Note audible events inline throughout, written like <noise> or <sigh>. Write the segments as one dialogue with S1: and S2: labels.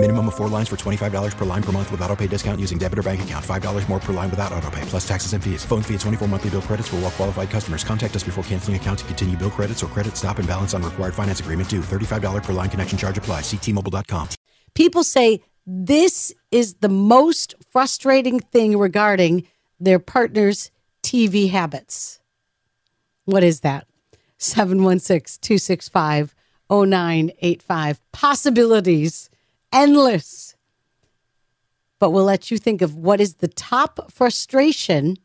S1: Minimum of four lines for $25 per line per month with auto pay discount using debit or bank account. $5 more per line without auto pay, plus taxes and fees. Phone fee at 24 monthly bill credits for all well qualified customers. Contact us before canceling account to continue bill credits or credit stop and balance on required finance agreement due. $35 per line connection charge apply. Ctmobile.com.
S2: People say this is the most frustrating thing regarding their partner's TV habits. What is that? 716 265 0985. Possibilities endless. But we'll let you think of what is the top frustration,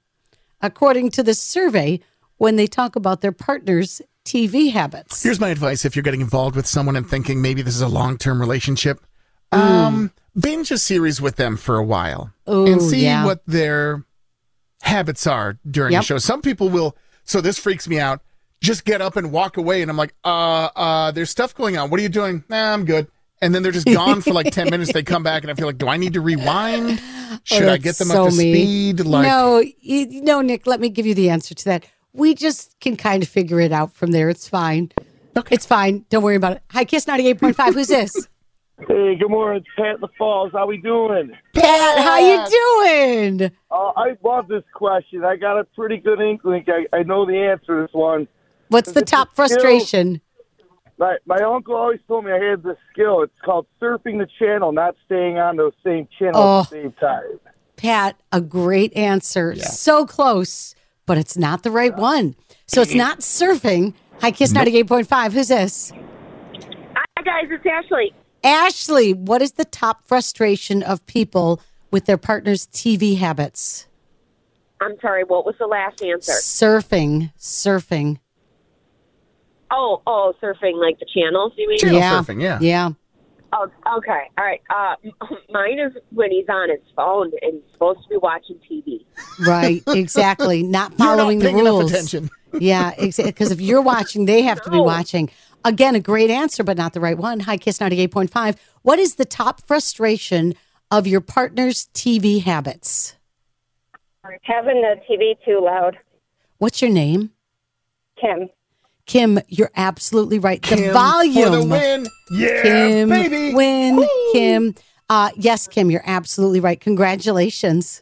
S2: according to the survey, when they talk about their partner's TV habits.
S3: Here's my advice if you're getting involved with someone and thinking maybe this is a long term relationship. Um, binge a series with them for a while
S2: Ooh,
S3: and see
S2: yeah.
S3: what their habits are during
S2: Yep.
S3: the show. Some people will, so this freaks me out, just get up and walk away. And I'm like, uh, uh, there's stuff going on. What are you doing? Nah, I'm good. And then they're just gone for like 10 minutes. They come back and I feel like, do I need
S2: <laughs>
S3: to rewind? Should I
S2: Oh, that's
S3: get them
S2: so
S3: up to
S2: me.
S3: speed? Like,
S2: no, you, no, Nick, let me give you the answer to that. We just can kind of figure it out from there. It's fine. Okay. It's fine. Don't worry about it. Hi, Kiss 98.5. Who's
S3: <laughs>
S2: this?
S4: Hey, good morning, it's Pat in the Falls. How we doing?
S2: Pat, how you doing?
S4: Uh, I love this question. I got a pretty good inkling. I, I know the answer to this one.
S2: What's the
S4: This is
S2: top
S4: Bill.
S2: frustration?
S4: My, my uncle always told me I had this skill. It's called surfing the channel, not staying on those same channels at the same time.
S2: Pat, a great answer. So close, but it's not the right one. So it's not surfing. Hi, Kiss 98.5. Who's this?
S5: Hi guys, it's Ashley.
S2: Ashley, what is the top frustration of people with their partner's TV habits?
S5: I'm sorry, what was the last answer?
S2: Surfing, surfing.
S5: Oh, oh, surfing like the channels, you mean?
S3: Channel surfing, yeah.
S2: Yeah.
S5: Oh, okay. All right. Uh, mine is when he's on his phone and he's supposed to be watching TV.
S3: <laughs>
S2: Right. Exactly. Not
S3: You're not
S2: following
S3: paying
S2: the
S3: enough
S2: rules.
S3: attention.
S2: Yeah, exactly. Because if you're watching, they have to
S3: <laughs>
S2: be watching. Again, a great answer, but not the right one. Hi, Kiss 98.5. What is the top frustration of your partner's TV habits?
S6: Having the TV too loud.
S2: What's your name?
S6: Kim.
S2: Kim, you're absolutely right. the
S3: Kim
S2: volume.
S3: For the win. Yeah,
S2: Kim,
S3: baby.
S2: win,
S3: Woo.
S2: Kim. Uh, yes, Kim, you're absolutely right. Congratulations.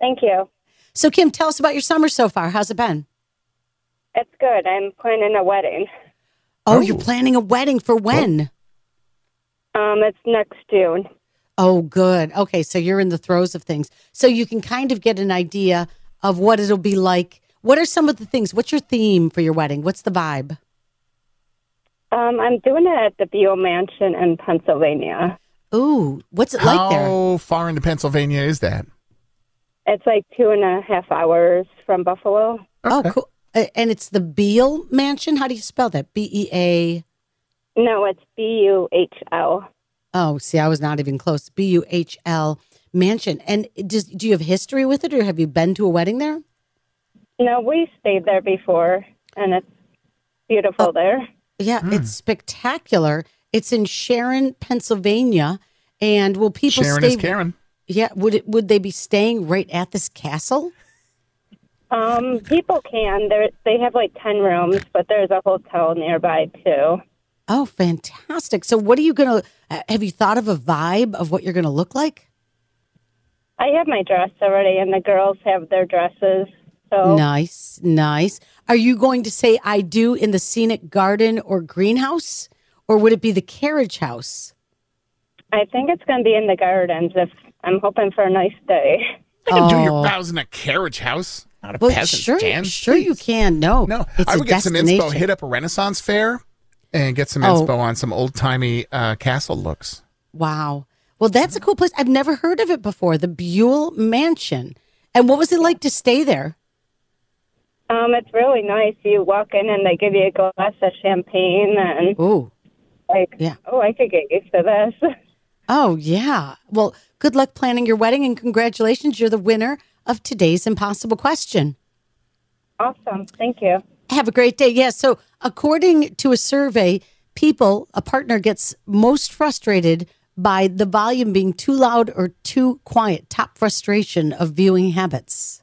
S6: Thank you.
S2: So, Kim, tell us about your summer so far. How's it been?
S6: It's good. I'm planning a wedding.
S2: Oh,
S3: Oh.
S2: you're planning a wedding for when?
S6: Um, it's next June.
S2: Oh, good. Okay, so you're in the throes of things. So you can kind of get an idea of what it'll be like. What are some of the things? What's your theme for your wedding? What's the vibe?
S6: Um, I'm doing it at the Beale Mansion in Pennsylvania.
S2: Ooh, what's it like there?
S3: How far into Pennsylvania is that?
S6: It's like two and a half hours from Buffalo.
S2: Oh, cool. A- And it's the Beal Mansion. How do you spell that? B E A.
S6: No, it's B U H L.
S2: Oh, see, I was not even close. B U H L Mansion. And does, do you have history with it, or have you been to a wedding there?
S6: No, we stayed there before, and it's beautiful there.
S2: Yeah,
S3: Hmm.
S2: it's spectacular. It's in Sharon, Pennsylvania. And will people
S3: Sharon
S2: stay?
S3: is Karen.
S2: Yeah, would it, would they be staying right at this castle?
S6: Um, people can. There, they have like ten rooms, but there's a hotel nearby too.
S2: Oh, fantastic! So, what are you gonna? uh, Have you thought of a vibe of what you're gonna look like?
S6: I have my dress already, and the girls have their dresses. So
S2: Nice, nice. Are you going to say "I do" in the scenic garden or greenhouse, or would it be the carriage house?
S6: I think it's going to be in the gardens. If I'm hoping for a nice day. <laughs>
S3: I can do
S2: Oh.
S3: your vows in a carriage house, not a
S2: Well,
S3: peasant.
S2: sure,
S3: Jan.
S2: sure you can. No,
S3: No,
S2: it's
S3: I
S2: a
S3: would get some inspo,
S2: destination.
S3: hit up a Renaissance fair, and get some
S2: Oh.
S3: inspo on some old timey uh, castle looks.
S2: Wow. Well, that's a cool place. I've never heard of it before. The Buell Mansion. And what was it like to stay there?
S6: Um, it's really nice. You walk in and they give you a glass of champagne, and
S2: Oh,
S6: like,
S2: yeah.
S6: oh, I could get used to this. <laughs>
S2: Oh, yeah. Well, good luck planning your wedding and congratulations. You're the winner of today's impossible question.
S6: awesome, thank you.
S2: Have a great day. Yes. so, according to a survey, people, a partner gets most frustrated by the volume being too loud or too quiet. Top frustration of viewing habits.